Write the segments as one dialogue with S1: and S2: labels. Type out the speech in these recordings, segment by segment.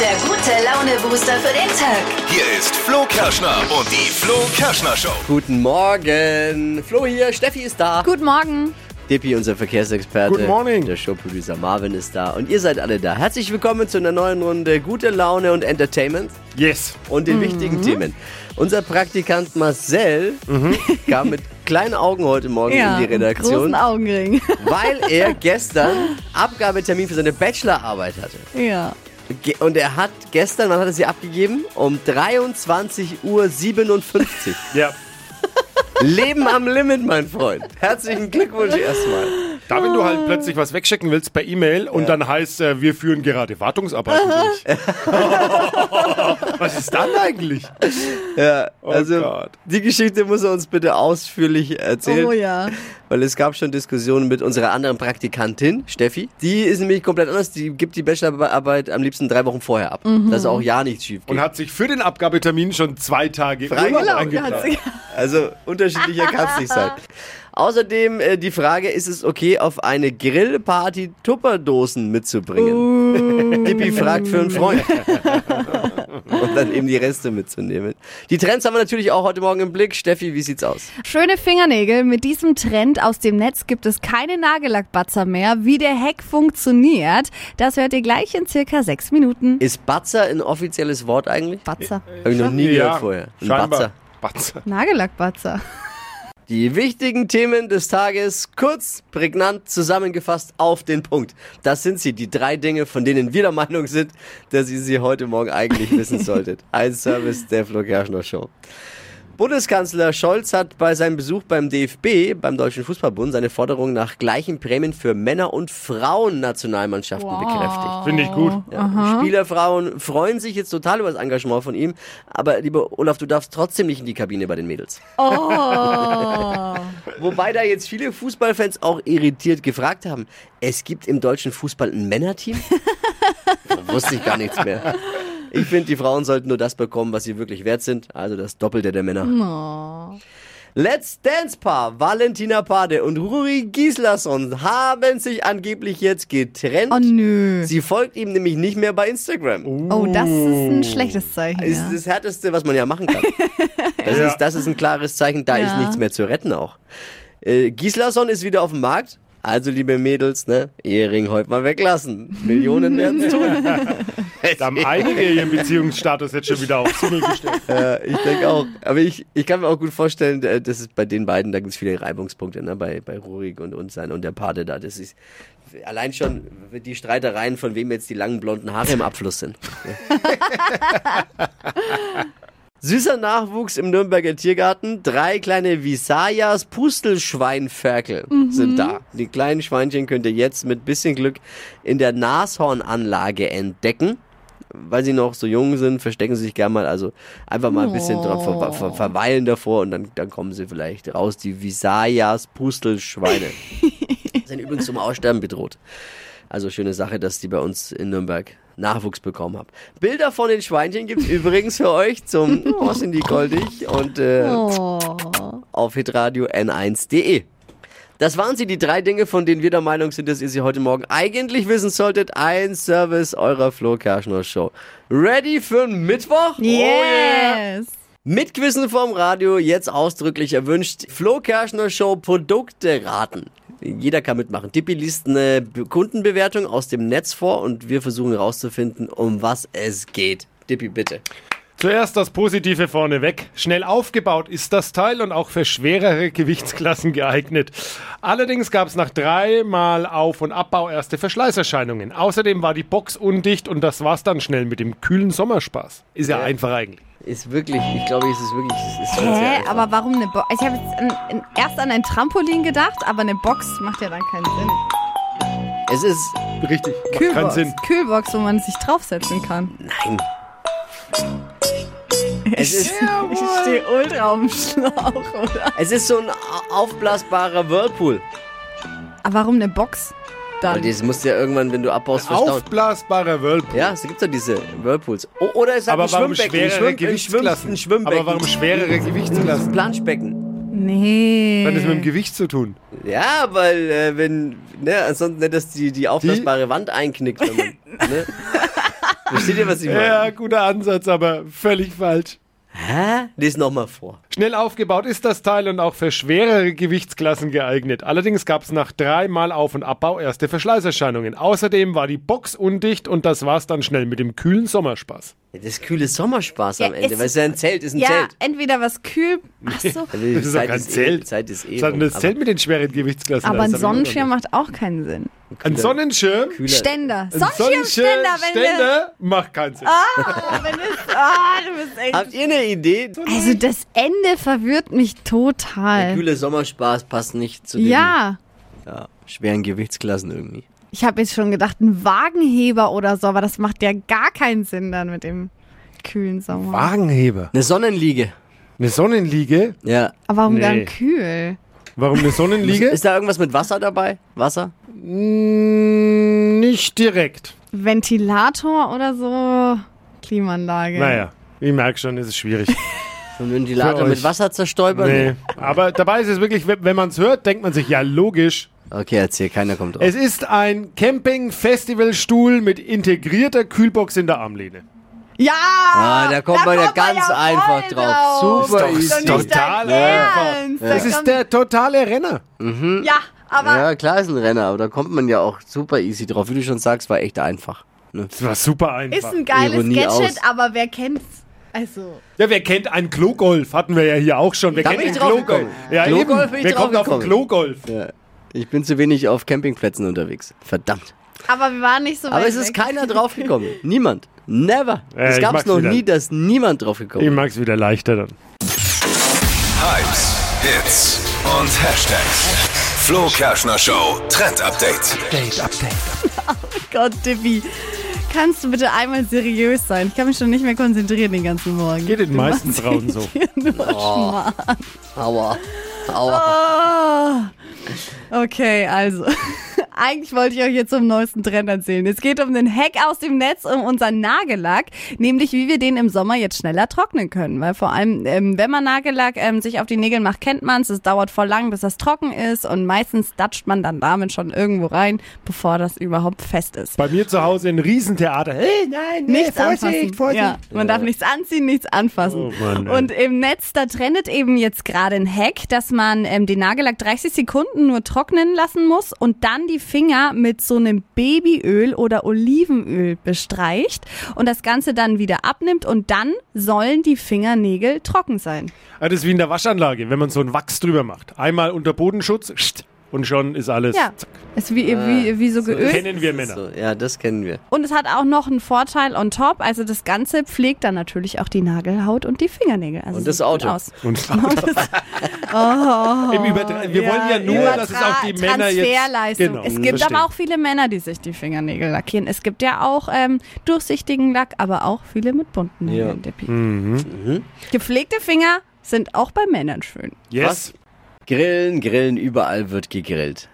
S1: der gute Laune-Booster für den Tag.
S2: Hier ist Flo Kerschner und die Flo Kerschner Show.
S3: Guten Morgen. Flo hier, Steffi ist da.
S4: Guten Morgen.
S3: Dippi, unser Verkehrsexperte.
S5: Guten Morning.
S3: Der Showproducer Marvin ist da. Und ihr seid alle da. Herzlich willkommen zu einer neuen Runde Gute Laune und Entertainment
S5: Yes.
S3: und
S4: Mhm.
S3: den wichtigen Themen. Unser Praktikant Marcel
S5: Mhm.
S3: kam mit kleinen Augen heute Morgen in die
S4: Großen
S3: Redaktion,
S4: Augenring.
S3: weil er gestern Abgabetermin für seine Bachelorarbeit hatte.
S4: ja.
S3: Ge- Und er hat gestern, wann hat er sie abgegeben? Um 23.57 Uhr.
S5: Ja.
S3: Leben am Limit, mein Freund. Herzlichen Glückwunsch erstmal.
S5: Da, wenn du
S4: Oh.
S5: halt plötzlich was wegschicken willst per E-Mail und dann heißt, äh, wir führen gerade Wartungsarbeiten durch. was ist dann eigentlich? Oh
S3: Ja, also
S5: Gott.
S3: die Geschichte muss er uns bitte ausführlich erzählen.
S4: Oh ja.
S3: Weil es gab schon Diskussionen mit unserer anderen Praktikantin, Steffi. Die ist nämlich komplett anders. Die gibt die Bachelorarbeit am liebsten drei Wochen vorher ab.
S4: Mhm.
S3: Dass auch ja nichts schief geht.
S5: Und hat sich für den Abgabetermin schon zwei Tage
S3: Frei
S5: Urlaub
S3: Urlaub,
S4: Hat
S5: eingeplant.
S4: sie-
S3: Also unterschiedlicher kann es nicht sein. Außerdem äh, die Frage, ist es okay, auf eine Grillparty Tupperdosen mitzubringen? Dippi fragt für einen Freund. Und dann eben die Reste mitzunehmen. Die Trends haben wir natürlich auch heute Morgen im Blick. Steffi, wie sieht's aus?
S4: Schöne Fingernägel. Mit diesem Trend aus dem Netz gibt es keine Nagellackbatzer mehr. Wie der Hack funktioniert, das hört ihr gleich in circa sechs Minuten.
S3: Ist Batzer ein offizielles Wort eigentlich?
S4: Batzer.
S3: Habe ich noch nie gehört vorher. Ein
S5: scheinbar.
S3: Batzer.
S5: Batzer.
S4: Nagellackbatzer.
S3: Die wichtigen Themen des Tages kurz, prägnant zusammengefasst auf den Punkt. Das sind sie, die drei Dinge, von denen wir der Meinung sind, dass ihr sie heute Morgen eigentlich wissen solltet. Ein Service der Flo Kerschner Show. Bundeskanzler Scholz hat bei seinem Besuch beim DFB, beim Deutschen Fußballbund, seine Forderung nach gleichen Prämien für Männer- und Frauennationalmannschaften bekräftigt.
S5: Finde ich
S4: Oh.
S5: gut.
S3: Ja, Spielerfrauen freuen sich jetzt total über das Engagement von ihm, aber lieber Olaf, du darfst trotzdem nicht in die Kabine bei den Mädels.
S4: Oh.
S3: Wobei da jetzt viele Fußballfans auch irritiert gefragt haben, es gibt im deutschen Fußball ein Männerteam? Da wusste ich gar nichts mehr. Ich finde, die Frauen sollten nur das bekommen, was sie wirklich wert sind, also das Doppelte der Männer.
S4: Mhm. Oh.
S3: Let's Dance Paar Valentina Pade und Ruri Gislason haben sich angeblich jetzt getrennt.
S4: Oh nö.
S3: Sie folgt ihm nämlich nicht mehr bei Instagram.
S4: Oh, das ist ein schlechtes Zeichen.
S3: ist
S4: Ja.
S3: das Härteste, was man ja machen kann. Das,
S5: Ja.
S3: ist, das ist ein klares Zeichen, da
S4: Ja.
S3: ist nichts mehr zu retten auch. Äh, Gislason ist wieder auf dem Markt. Also, liebe Mädels, ne, Ehering heute mal weglassen. Millionen werden es tun.
S5: Da haben einige ihren Beziehungsstatus jetzt schon wieder auf Single gestellt.
S3: äh, ich denke auch. Aber ich, ich kann mir auch gut vorstellen, äh, dass es bei den beiden, da gibt es viele Reibungspunkte, ne, bei, bei Rurik und uns sein und der Pate da. Das ist allein schon die Streitereien, von wem jetzt die langen blonden Haare im Abfluss sind. Süßer Nachwuchs im Nürnberger Tiergarten. Drei kleine Visayas Pustelschweinferkel sind da. Die kleinen Schweinchen könnt ihr jetzt mit bisschen Glück in der Nashornanlage entdecken. Weil sie noch so jung sind, verstecken sie sich gerne mal. Also einfach mal ein bisschen dran ver ver verweilen davor und dann, dann kommen sie vielleicht raus. Die Visayas Pustelschweine sind übrigens zum Aussterben bedroht. Also schöne Sache, dass die bei uns in Nürnberg Nachwuchs bekommen haben. Bilder von den Schweinchen gibt's übrigens für euch zum Oh, sind die goldig und äh,
S4: Oh.
S3: auf hitradio n1.de. Das waren sie, die drei Dinge, von denen wir der Meinung sind, dass ihr sie heute Morgen eigentlich wissen solltet. Ein Service eurer Flo Kerschner Show. Ready für einen Mittwoch? Oh
S4: oh, Yes.
S3: Mitquissen vom Radio, jetzt ausdrücklich erwünscht. Flo Kerschner Show Produkte raten. Jeder kann mitmachen. Dippi liest eine Be- Kundenbewertung aus dem Netz vor und wir versuchen herauszufinden, um was es geht. Dippi, bitte.
S5: Zuerst das Positive vorneweg. Schnell aufgebaut ist das Teil und auch für schwerere Gewichtsklassen geeignet. Allerdings gab es nach dreimal Auf- und Abbau erste Verschleißerscheinungen. Außerdem war die Box undicht und das war's dann schnell mit dem kühlen Sommerspaß. Ist ja, einfach eigentlich.
S3: Ist wirklich, ich glaube, es ist wirklich, es ist schon sehr
S4: Hä,
S3: einfach.
S4: aber warum eine Box? Ich habe jetzt an, an, erst an ein Trampolin gedacht, aber eine Box macht ja dann keinen Sinn.
S3: Es ist,
S5: Richtig. Macht
S4: Kühlbox.
S5: keinen Sinn.
S4: Kühlbox, wo man sich draufsetzen kann.
S3: nein. Es ist,
S4: Ich stehe ultra auf dem Schlauch, oder?
S3: es ist so ein au- aufblasbarer Whirlpool.
S4: Aber warum eine Box
S3: Weil
S4: dann?
S3: das musst du ja irgendwann, wenn du abbaust, verstauen.
S5: Aufblasbarer Whirlpool.
S3: Ja, es gibt ja diese Whirlpools. O- Oder es hat
S5: Aber
S3: ein
S5: warum
S3: Schwimmbecken. ein Schwimm-
S5: schwerere
S3: ein Schwimm-
S5: Gewichtsklassen?
S3: ein Schwimmbecken.
S5: Aber warum schwerere
S3: Ein
S5: Gewichtsklassen?
S3: Planschbecken.
S4: Nee.
S5: Hat das mit dem Gewicht zu tun?
S3: Ja, weil äh, wenn, ne, ansonsten nicht, dass die, die aufblasbare Wand einknickt, wenn man, ne? Versteht ihr, was ich meine?
S5: Ja, guter Ansatz, aber völlig falsch.
S3: Hä? Lies nochmal vor.
S5: Schnell aufgebaut ist das Teil und auch für schwerere Gewichtsklassen geeignet. Allerdings gab es nach dreimal Auf- und Abbau erste Verschleißerscheinungen. Außerdem war die Box undicht und das war's dann schnell mit dem kühlen Sommerspaß.
S3: Ja, Das ist kühle Sommerspaß am
S4: Ja,
S3: Ende,
S4: es-
S3: weil es ist ja ein Zelt, ist ein
S4: Ja,
S3: Zelt.
S4: entweder was kühl. Ach so.
S3: Die
S5: Das ist doch
S3: Zeit
S5: kein
S3: eh-
S5: Zelt.
S3: Zeit ist eh.
S5: Das hat
S3: rum,
S5: das
S3: aber
S5: Zelt mit den schweren Gewichtsklassen.
S4: Aber ein
S5: Das hab ich auch
S4: Sonnenschirm macht auch keinen Sinn.
S5: Ein Sonnenschirm?
S3: kühler-
S4: Ständer.
S5: Ein
S4: Sonnenschirmständer, wenn wir.
S5: Ständer macht keinen Sinn.
S4: Ah, wenn wir- ah, du bist echt.
S3: Habt ihr eine Idee?
S4: Also das Ende verwirrt mich
S3: Der
S4: total.
S3: kühle Sommerspaß passt nicht zu den
S4: Äh. Ja,
S3: ja, schweren Gewichtsklassen irgendwie.
S4: ich habe jetzt schon gedacht, ein Wagenheber oder so, aber das macht ja gar keinen Sinn dann mit dem kühlen Sommer.
S5: Wagenheber.
S3: Eine Sonnenliege.
S5: Eine Sonnenliege?
S3: Ja.
S4: aber warum
S5: Nee.
S4: dann kühl?
S5: Warum eine Sonnenliege?
S3: Ist da irgendwas mit Wasser dabei? Wasser?
S5: Mm, Nicht direkt.
S4: Ventilator oder so? Klimaanlage.
S5: Naja, ich merke schon, es ist schwierig.
S3: Und wenn die Lader
S5: euch.
S3: mit Wasser zerstäubern?
S5: Nee. Aber dabei ist es wirklich, wenn wenn man es hört, denkt man sich, ja, logisch.
S3: Okay, erzähl, keiner kommt drauf.
S5: Es ist ein Camping-Festivalstuhl mit integrierter Kühlbox in der Armlehne.
S4: Ja!
S3: Ah, da kommt man ja ganz
S4: voll
S3: einfach drauf. Super
S5: Ist
S3: easy.
S5: doch-
S4: Oh, Ist doch nicht
S5: Total
S4: dein Ernst. Da
S5: Das ist
S4: kommt-
S5: der totale Renner.
S4: Ja, aber
S3: Ja, klar ist ein Renner, aber da kommt man ja auch super easy drauf. Wie du schon sagst, war echt einfach. Ne?
S5: Das war super
S4: ist
S5: einfach.
S4: ein geiles
S3: Ironie
S4: Gadget,
S3: aus.
S4: aber wer kennt's? Also,
S5: Ja, wer kennt einen Klogolf? Hatten wir ja hier auch schon. Wer
S3: Da
S5: kennt
S3: bin
S5: den
S3: ich drauf
S5: Klogolf?
S3: gekommen.
S5: Ja, eben.
S3: Klogolf bin ich
S5: Wer kommt
S3: drauf
S5: auf den
S3: gekommen.
S5: Klogolf?
S3: Ja. Ich bin zu wenig auf Campingplätzen unterwegs. Verdammt.
S4: aber wir waren nicht so
S3: Aber
S4: weit
S3: es ist
S4: weg.
S3: keiner draufgekommen. Niemand. Never.
S5: Äh,
S3: Es
S5: ich
S3: gab es
S5: mag's
S3: noch
S5: wieder.
S3: nie, dass niemand draufgekommen
S5: Ich
S3: ist.
S5: mag es wieder leichter dann.
S2: Hypes, Hits und Hashtags. Flo Kerschner Show Trend Update.
S4: Gott, Dippy. Kannst du bitte einmal seriös sein? Ich kann mich schon nicht mehr konzentrieren den ganzen Morgen.
S5: Geht den meisten Frauen so.
S3: Oh. Aua. Aua.
S4: Ah. Okay, also. Eigentlich wollte ich euch jetzt zum neuesten Trend erzählen. Es geht um den Hack aus dem Netz, um unseren Nagellack, nämlich wie wir den im Sommer jetzt schneller trocknen können. Weil vor allem, ähm, wenn man Nagellack ähm, sich auf die Nägel macht, kennt man es. Es dauert voll lang, bis das trocken ist und meistens datscht man dann damit schon irgendwo rein, bevor das überhaupt fest ist.
S5: Bei mir zu Hause ein Riesentheater. Hey, nein, nee,
S4: Nichts
S5: Vorsicht,
S4: anfassen.
S5: Vorsicht.
S4: Ja, man darf nichts anziehen, nichts anfassen.
S5: Oh Mann, ey.
S4: und im Netz, da trendet eben jetzt gerade ein Hack, dass man ähm, den Nagellack 30 Sekunden nur trocknen lassen muss und dann die Finger mit so einem Babyöl oder Olivenöl bestreicht und das Ganze dann wieder abnimmt und dann sollen die Fingernägel trocken sein.
S5: Ah, Das ist wie in der Waschanlage, wenn man so ein Wachs drüber macht. Einmal unter Bodenschutz pst, und schon ist alles.
S4: Ja,
S5: zack.
S4: ist wie, wie, wie so geölt.
S5: Kennen wir Männer.
S3: So, ja, das kennen wir.
S4: Und es hat auch noch einen Vorteil on top. Also das Ganze pflegt dann natürlich auch die Nagelhaut und die Fingernägel. Also
S3: Und das
S4: sieht gut
S3: Auto.
S4: Aus.
S5: Und
S4: Oh,
S5: Im Übertra- wir wollen ja nur, dass es auch die
S4: Übertra-
S5: Männer jetzt. Genau.
S4: Transferleistung. es gibt
S5: verstehe.
S4: aber auch viele Männer, die sich die Fingernägel lackieren. Es gibt ja auch ähm, durchsichtigen Lack, aber auch viele mit bunten
S3: Ja.
S4: Nägeln. Dippi.
S5: Mhm.
S4: Gepflegte Finger sind auch bei Männern schön.
S5: Yes.
S3: Grillen, grillen, überall wird gegrillt.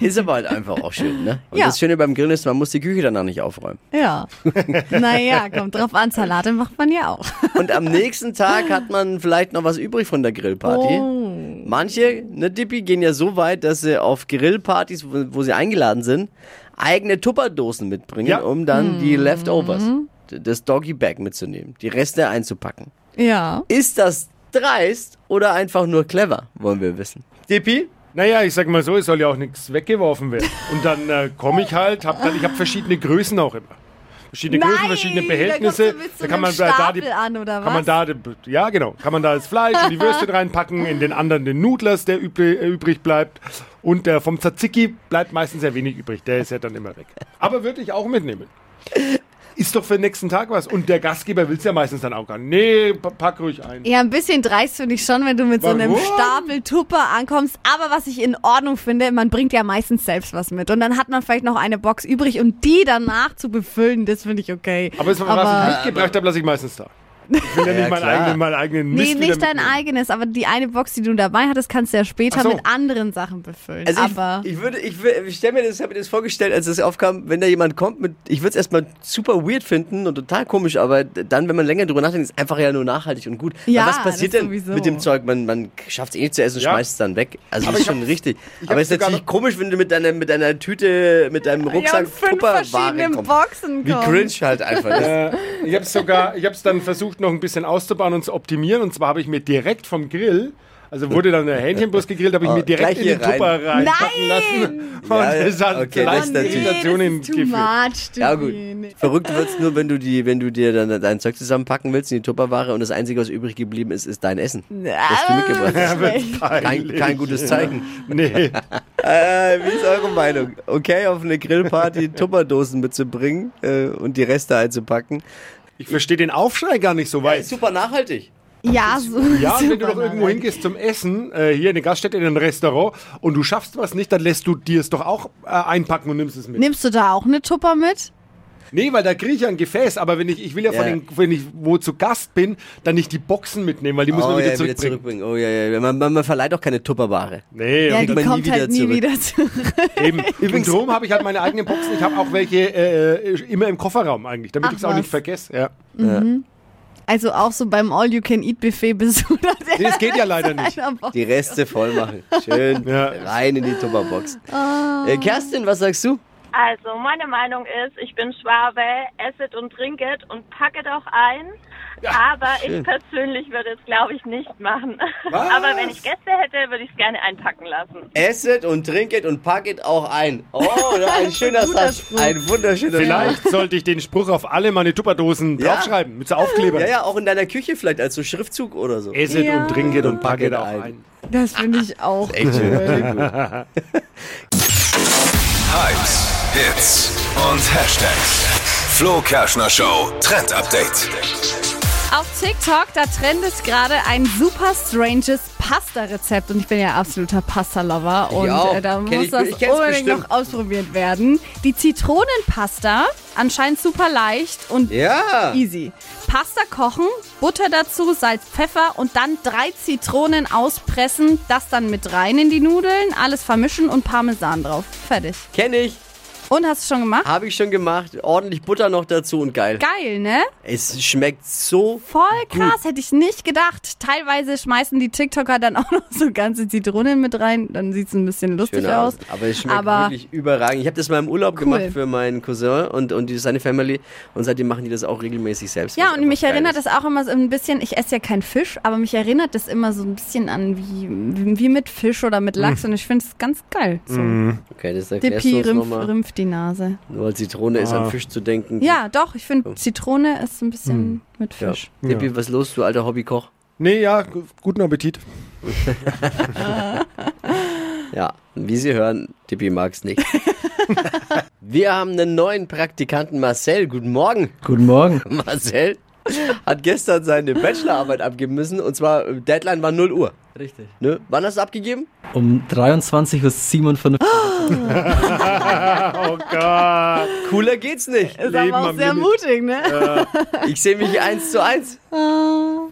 S3: Ist aber halt einfach auch schön, ne? Und
S4: Ja.
S3: das Schöne beim Grillen ist, man muss die Küche danach nicht aufräumen.
S4: Ja. naja, kommt drauf an. Salate macht man ja auch.
S3: Und am nächsten Tag hat man vielleicht noch was übrig von der Grillparty. Manche, ne Dippi, gehen ja so weit, dass sie auf Grillpartys, wo, wo sie eingeladen sind, eigene Tupperdosen mitbringen,
S5: Ja.
S3: um dann die Leftovers, d- das Doggy Bag mitzunehmen, die Reste einzupacken.
S4: Ja.
S3: Ist das dreist oder einfach nur clever, wollen wir wissen. Dippi,
S5: Naja, ich sag mal so, es soll ja auch nichts weggeworfen werden. Und dann äh, komme ich halt, hab dann, ich habe verschiedene Größen auch immer. Verschiedene Größen, verschiedene Behältnisse.
S4: Da kann man
S5: da die.
S4: an oder
S5: Kann man da, ja genau, kann man da das Fleisch und die Würste reinpacken, in den anderen den Nudlers, der übri- äh, übrig bleibt. Und der vom Tzatziki bleibt meistens sehr wenig übrig, der ist ja dann immer weg. Aber würde ich auch mitnehmen. Ist doch für den nächsten Tag was. Und der Gastgeber will es ja meistens dann auch gar nicht. Nee, pa- pack ruhig ein.
S4: Ja, ein bisschen dreist finde ich schon, wenn du mit so einem
S5: Warum?
S4: Stapel Tupper ankommst. Aber was ich in Ordnung finde, man bringt ja meistens selbst was mit. Und dann hat man vielleicht noch eine Box um übrig und die danach zu befüllen, das finde ich okay.
S5: Aber es war was ich mitgebracht habe, lasse ich meistens da. Ich will ja,
S3: Ja,
S5: nicht meinen
S3: klar.
S5: eigenen, meinen eigenen Mist
S4: Nee, nicht
S5: wieder
S4: dein
S5: mitnehmen.
S4: eigenes, aber die eine Box, die du dabei hattest, kannst du ja später
S5: Ach so.
S4: mit anderen Sachen befüllen.
S3: Also
S4: aber
S3: ich, ich würde, ich, wür- ich stelle mir das, habe mir das vorgestellt, als das aufkam, wenn da jemand kommt mit, ich würde es erstmal super weird finden und total komisch, aber d- dann, wenn man länger drüber nachdenkt, ist einfach ja nur nachhaltig und gut.
S4: Ja,
S3: aber was passiert
S4: das
S3: denn
S4: sowieso.
S3: mit dem Zeug? Man, man schafft es eh nicht zu essen,
S5: Ja.
S3: schmeißt es dann weg. Also das ist schon richtig. Aber
S5: hab
S3: es ist
S5: sogar
S3: natürlich komisch, wenn du mit deiner, mit deiner Tüte, mit deinem
S4: ja,
S3: Rucksack
S4: und fünf
S3: Tupperware
S4: verschiedenen
S3: kommst.
S4: Boxen
S3: Wie
S4: kommen.
S3: cringe halt einfach. Das
S5: Äh, ich habe sogar, ich habe es dann versucht, noch ein bisschen auszubauen und zu optimieren. Und zwar habe ich mir direkt vom Grill, also wurde dann der Hähnchenbrust gegrillt, habe ich
S3: Oh,
S5: mir direkt
S3: gleich
S5: in den
S3: hier rein.
S5: Tupper reinpacken
S4: Nein!
S5: lassen. Und
S3: Ja,
S5: das hat
S3: okay, das ist
S5: leicht
S3: natürlich-
S5: Irritation
S4: Nee, das ist too
S5: hingeführt.
S4: much,
S3: Ja gut.
S4: Steffi.
S3: Verrückt wird's nur, wenn du die, wenn du dir dann dein Zeug zusammenpacken willst in die Tupperware und das Einzige, was übrig geblieben ist, ist dein Essen. Das du mitgebracht hast.
S5: Ja, wird's
S3: Kein,
S5: peinlich.
S3: kein gutes Zeichen.
S5: Nee.
S3: Äh, wie ist eure Meinung? Okay, auf eine Grillparty Tupperdosen mitzubringen äh, und die Reste einzupacken. Äh,
S5: Ich verstehe den Aufschrei gar nicht so weit.
S3: super nachhaltig.
S4: Ja, so.
S5: Ja, und wenn du
S4: super
S5: doch irgendwo
S4: nein.
S5: hingehst zum Essen, äh, hier in eine Gaststätte, in ein Restaurant, und du schaffst was nicht, dann lässt du dir es doch auch äh, einpacken und nimmst es mit.
S4: Nimmst du da auch eine Tupper mit?
S5: Nee, weil da kriege ich ja ein Gefäß, aber wenn ich, ich will ja,
S3: Ja.
S5: Von den, wenn ich wo zu Gast bin, dann nicht die Boxen mitnehmen, weil die muss
S3: oh,
S5: man wieder
S3: ja,
S5: zurückbringen.
S3: wieder zurückbringen. Oh ja, ja. Man, man, man verleiht auch keine Tupperware.
S5: Nee,
S4: Ja,
S5: und
S4: die
S3: man nie
S4: kommt
S3: wieder
S4: halt nie
S3: zurück.
S4: wieder zurück.
S5: eben. Übrigens, drum habe ich halt meine eigenen Boxen. Ich habe auch welche äh, immer im Kofferraum eigentlich, damit
S4: Ach,
S5: ich es auch
S4: was.
S5: nicht vergesse. Ja.
S4: Also auch so beim All-You-Can-Eat-Buffet bist du da
S5: Nee, das geht ja leider
S4: der
S5: nicht.
S4: einer Box.
S3: Die Reste voll machen. Schön
S5: Ja.
S3: rein in die Tupperbox. Äh, Kerstin, was sagst du?
S6: Also, meine Meinung ist, ich bin Schwabe, esset und trinket und packet auch ein. aber
S3: schön.
S6: ich persönlich würde es, glaube ich, nicht machen. Aber wenn ich Gäste hätte, würde ich es gerne einpacken lassen.
S3: Esset und trinket und packet auch ein. Oh, ein schöner Satz. Ein wunderschöner
S5: Vielleicht sollte ich den Spruch auf alle meine Tupperdosen
S3: Ja.
S5: draufschreiben, mit so Aufklebern.
S3: Ja, ja, auch in deiner Küche vielleicht als so Schriftzug oder so.
S5: Esset
S4: Ja.
S5: und trinket und packet auch
S3: ein.
S5: ein.
S4: Das finde ich auch.
S3: Echt schön.
S2: Hypes, Hits und Hashtags. Flo Kerschner Show Trend Update.
S4: Auf TikTok, da trendet gerade ein super stranges Pasta-Rezept. Und ich bin ja absoluter Pasta-Lover. Und
S3: auch.
S4: äh, da
S3: Kenn
S4: muss
S3: ich-
S4: das
S3: ich kenn's
S4: unbedingt
S3: bestimmt.
S4: noch ausprobiert werden. Die Zitronenpasta, anscheinend super leicht und
S3: Ja.
S4: easy. Pasta kochen, Butter dazu, Salz, Pfeffer und dann drei Zitronen auspressen, das dann mit rein in die Nudeln, alles vermischen und Parmesan drauf. Fertig.
S3: Kenn ich.
S4: Und hast du schon gemacht?
S3: Habe ich schon gemacht. Ordentlich Butter noch dazu und geil.
S4: Geil, ne?
S3: Es schmeckt so.
S4: Voll krass, hätte ich nicht gedacht. Teilweise schmeißen die TikToker dann auch noch so ganze Zitronen mit rein. Dann sieht es ein bisschen lustig
S3: Schöner
S4: aus.
S3: Abend. Aber es schmeckt
S4: Aber
S3: wirklich überragend. Ich habe das mal im Urlaub
S4: Cool.
S3: gemacht für meinen Cousin und, und die, seine Family. Und seitdem machen die das auch regelmäßig selbst.
S4: ja,
S3: was
S4: und
S3: einfach
S4: mich
S3: geil
S4: erinnert
S3: ist.
S4: das auch immer so ein bisschen, ich esse ja keinen Fisch, aber mich erinnert das immer so ein bisschen an wie, wie mit Fisch oder mit Lachs
S3: Mhm.
S4: und ich finde es ganz geil. So.
S3: Okay, das erklärst
S4: Depi
S3: du uns
S4: rümpf,
S3: Mhm. nochmal. Mhm.
S4: rümpf die Nase.
S3: Nur weil Zitrone ist, an Fisch zu denken.
S4: Ja, doch, ich finde Zitrone ist ein bisschen mit
S3: Oh. Mhm. Ja.
S4: Fisch.
S3: Depi, was los, du alter Hobbykoch?
S5: Nee, ja, gu- guten Appetit.
S3: Ja, wie Sie hören, Depi mag's nicht. Wir haben einen neuen Praktikanten, Marcel. Guten Morgen.
S7: Guten Morgen.
S3: Marcel hat gestern seine Bachelorarbeit abgeben müssen und zwar äh, Deadline war 0 Uhr.
S7: Richtig.
S3: Ne? Wann hast du abgegeben?
S7: Um 23.57 Uhr.
S5: Oh Gott.
S3: Cooler geht's nicht.
S4: Ist
S5: Leben
S4: aber auch
S5: am
S4: sehr
S5: Limit.
S4: mutig, ne?
S3: Ich sehe mich eins zu eins.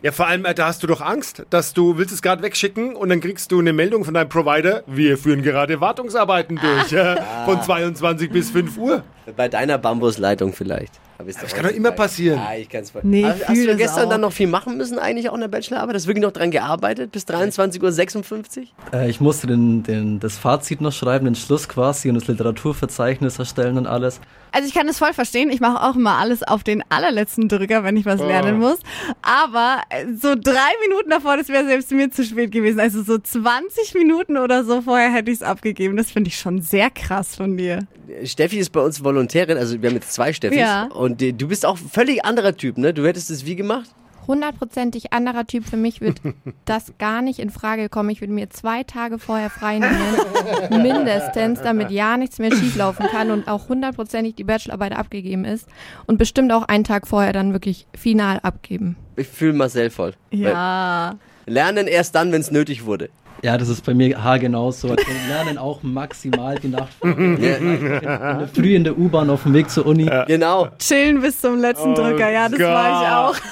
S5: Ja, vor allem, äh, da hast du doch Angst, dass du willst es gerade wegschicken und dann kriegst du eine Meldung von deinem Provider, wir führen gerade Wartungsarbeiten durch,
S3: Ah.
S5: ja, von 22 bis 5 Uhr.
S3: Bei deiner Bambusleitung vielleicht. Aber ist
S5: das kann doch immer passieren.
S3: Ah, ich kann's voll.
S4: Nee,
S3: hast,
S4: ich
S3: hast
S4: fühl
S3: du
S4: das
S3: gestern
S4: auch.
S3: dann noch viel machen müssen eigentlich auch in der Bachelorarbeit? Hast du wirklich noch dran gearbeitet bis 23.56 Uhr?
S7: Äh, ich musste den, den, das Fazit noch schreiben, den Schluss quasi und das Literaturverzeichnis erstellen und alles.
S4: Also ich kann es voll verstehen. Ich mache auch immer alles auf den allerletzten Drücker, wenn ich was lernen muss. Aber äh, so drei Minuten davor, das wäre selbst mir zu spät gewesen. Also so 20 Minuten oder so vorher hätte ich es abgegeben. Das finde ich schon sehr krass von dir.
S3: Steffi ist bei uns Volontärin, also wir haben jetzt zwei Steffis.
S4: Ja.
S3: Und äh, du bist auch völlig anderer Typ, ne? Du hättest es wie gemacht?
S8: hundertprozentig anderer Typ. Für mich wird das gar nicht in Frage kommen. Ich würde mir zwei Tage vorher frei nehmen, mindestens, damit ja nichts mehr schieflaufen kann und auch hundertprozentig die Bachelorarbeit abgegeben ist und bestimmt auch einen Tag vorher dann wirklich final abgeben.
S3: Ich fühle Marcel voll.
S4: Ja.
S3: Weil Lernen erst dann, wenn es nötig wurde.
S7: Ja, das ist bei mir haargenau so. Wir lernen auch maximal die Nacht vorher.
S3: Ja,
S7: In der Früh in der U-Bahn auf dem Weg zur Uni.
S3: genau.
S5: Oh
S4: Chillen bis zum letzten Drücker. Ja, das war ich auch.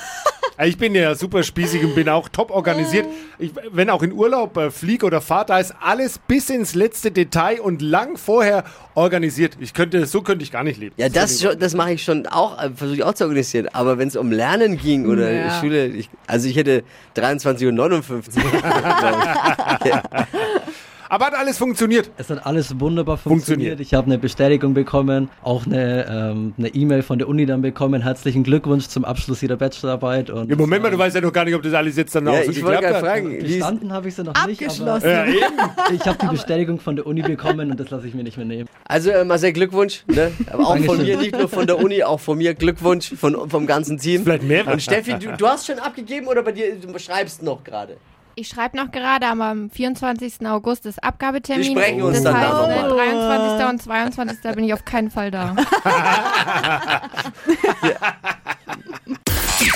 S5: Ich bin ja super spießig und bin auch top organisiert. Ich, wenn auch in Urlaub äh, fliege oder fahre, da ist alles bis ins letzte Detail und lang vorher organisiert. Ich könnte, so könnte ich gar nicht leben.
S3: Ja, das, schon- das mache ich schon auch, äh, versuche ich auch zu organisieren. Aber wenn es um Lernen ging oder
S4: Ja.
S3: Schule, ich, also ich hätte 23.59
S5: Genau,
S3: Uhr.
S5: Aber hat alles funktioniert.
S7: Es hat alles wunderbar
S5: Funktioniert.
S7: funktioniert. Ich habe eine Bestätigung bekommen, auch eine ähm, eine E-Mail von der Uni dann bekommen. Herzlichen Glückwunsch zum Abschluss Ihrer Bachelorarbeit. Und
S5: Im Moment mal, du weißt ja noch gar nicht, ob das alles jetzt dann auch
S3: ja,
S5: so
S3: ich wollte
S5: geklappt
S3: gerade
S5: hat.
S3: fragen, wie ist,
S7: bestanden habe ich sie noch
S4: Abgeschlossen.
S5: Ja, eben.
S7: nicht. Aber ich habe die Bestätigung von der Uni bekommen und das lasse ich mir nicht mehr nehmen.
S3: also äh, Marcel, Glückwunsch. Ne? Aber auch von
S7: Dankeschön.
S3: mir, nicht nur von der Uni, auch von mir Glückwunsch von, vom ganzen Team.
S5: Vielleicht mehr.
S3: Und Steffi, du, du hast schon abgegeben oder bei dir, du schreibst noch gerade?
S8: Ich schreibe noch gerade, aber am 24. August ist Abgabetermin.
S3: Wir sprechen uns
S8: das
S3: dann
S8: heißt,
S3: da nochmal.
S8: ne, 23. und 22. bin ich auf keinen Fall da.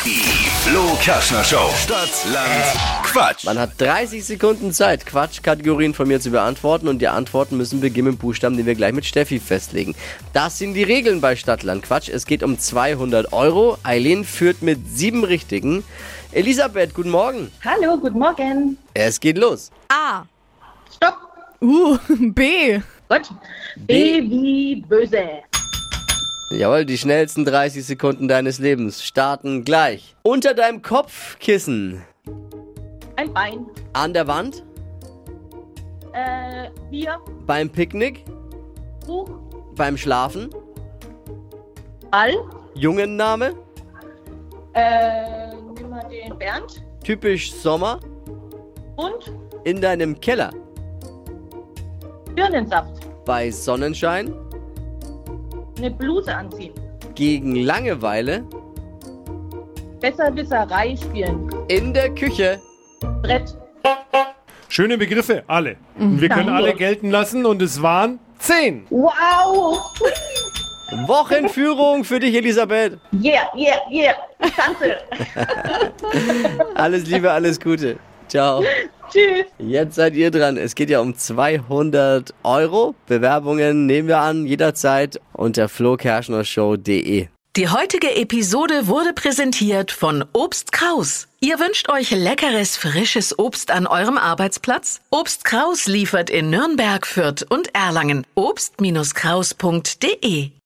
S2: Die Flo Kerschner Show. Stadt, Land, Quatsch.
S3: Man hat 30 Sekunden Zeit, Quatschkategorien von mir zu beantworten und die Antworten müssen beginnen mit Buchstaben, den wir gleich mit Steffi festlegen. Das sind die Regeln bei Stadtland Quatsch. Es geht um 200 Euro. Eileen führt mit sieben Richtigen. Elisabeth, guten Morgen.
S9: Hallo, guten Morgen.
S3: Es geht los.
S4: A.
S9: Stopp.
S4: U. Uh, B.
S9: Gut. B wie böse.
S3: Jawohl, die schnellsten 30 Sekunden deines Lebens starten gleich. Unter deinem Kopfkissen.
S9: Ein Bein.
S3: An der Wand.
S9: Äh, Bier.
S3: Beim Picknick.
S9: Buch.
S3: Beim Schlafen.
S9: Ball.
S3: Jungenname.
S9: Äh, nimm mal den Bernd.
S3: Typisch Sommer.
S9: Und
S3: In deinem Keller.
S9: Birnensaft.
S3: Bei Sonnenschein.
S9: Eine Bluse anziehen.
S3: Gegen Langeweile.
S9: Besserwisserei spielen.
S3: In der Küche.
S9: Brett.
S5: Schöne Begriffe, alle. Und wir können
S9: Danke.
S5: alle gelten lassen und es waren zehn.
S9: Wow.
S3: Wochenführung für dich, Elisabeth.
S9: Yeah, yeah, yeah. Ich tanze.
S3: Alles Liebe, alles Gute. Ciao.
S9: Tschüss.
S3: Jetzt seid ihr dran. Es geht ja um 200 Euro. Bewerbungen nehmen wir an jederzeit unter flokerschnershow.de.
S1: Die heutige Episode wurde präsentiert von Obst Kraus. Ihr wünscht euch leckeres, frisches Obst an eurem Arbeitsplatz? Obst Kraus liefert in Nürnberg, Fürth und Erlangen. Obst-Kraus.de